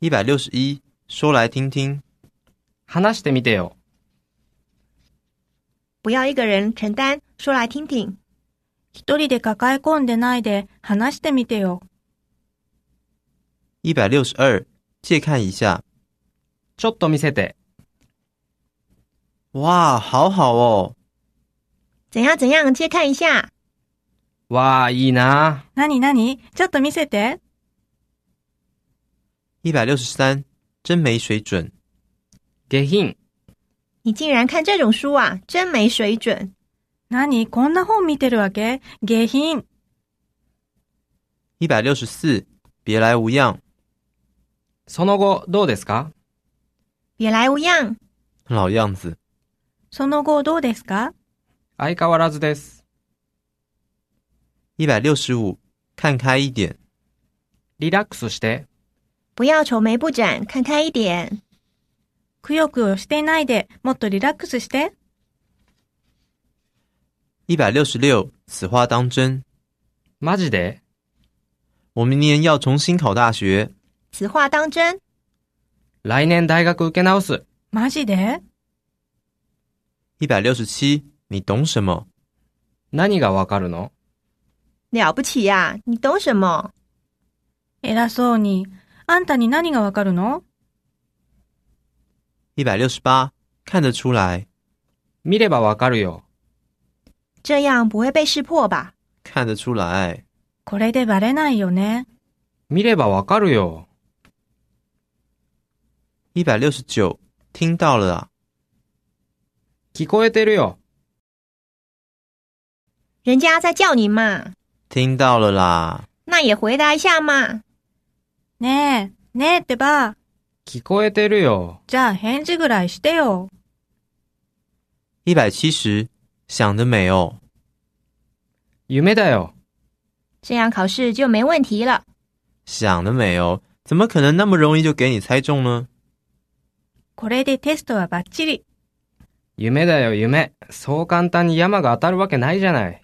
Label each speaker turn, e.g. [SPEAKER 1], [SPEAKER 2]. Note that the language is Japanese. [SPEAKER 1] 一百六十一，说来听听。
[SPEAKER 2] 話してみてよ。
[SPEAKER 3] 不要一个人承担，说来听听。
[SPEAKER 4] 一人で抱え込んでないで話してみてよ。
[SPEAKER 1] 一百六十二，借看一下。
[SPEAKER 2] ちょっと見せて。
[SPEAKER 1] 哇，好好哦！
[SPEAKER 3] 怎样怎样，借看一下。
[SPEAKER 2] わあ、いいな
[SPEAKER 4] なになにちょっと見せて。
[SPEAKER 1] 一百六十三，真没水准。
[SPEAKER 2] 下品。
[SPEAKER 3] 你竟然看这种书啊，真没水准。
[SPEAKER 4] なにこんな本見てるわけ下品。
[SPEAKER 1] 一百六十四，别来无恙。
[SPEAKER 2] その後、どうですか
[SPEAKER 3] 别来无恙。
[SPEAKER 1] 老样子。
[SPEAKER 4] その後どうですか
[SPEAKER 2] 相変わらずです。
[SPEAKER 1] 一百六十五，看开一点。
[SPEAKER 2] リラックスして。
[SPEAKER 3] 不要愁眉不展，看开一点。
[SPEAKER 4] くよくよしていないでもっとリラックスして。
[SPEAKER 1] 一百六十六，此话当真。
[SPEAKER 2] マジで
[SPEAKER 1] 我明年要重新考大学。
[SPEAKER 3] 此话当真。
[SPEAKER 2] 来年大学受け直す。
[SPEAKER 4] マジで
[SPEAKER 1] 一百六十七，你懂什么？
[SPEAKER 2] 何がわかるの
[SPEAKER 3] 了不起呀、你懂什么？
[SPEAKER 4] 偉そうに。あんたに何がわかるの
[SPEAKER 1] 一百六十八，看得出来，
[SPEAKER 2] 見ればわかるよ。
[SPEAKER 3] 这样不会被识破吧？
[SPEAKER 1] 看得出来。
[SPEAKER 4] これでバレないよね。
[SPEAKER 2] 見ればわかるよ。
[SPEAKER 1] 一百六十九，听到了啊。
[SPEAKER 2] 聞こえてるよ。
[SPEAKER 3] 人家在叫你嘛，
[SPEAKER 1] 听到了啦。
[SPEAKER 3] 那也回答一下嘛。
[SPEAKER 4] ねえ、ねえってば。
[SPEAKER 2] 聞こえてるよ。
[SPEAKER 4] じゃあ返事ぐらいしてよ。
[SPEAKER 1] 一百七十，想得美哦。
[SPEAKER 2] 夢だよ。
[SPEAKER 3] 这样考试就没问题了。
[SPEAKER 1] 想得美哦，怎么可能那么容易就给你猜中呢？
[SPEAKER 4] これでテストはバッチリ。
[SPEAKER 2] 夢だよ、夢。そう簡単に山が当たるわけないじゃない。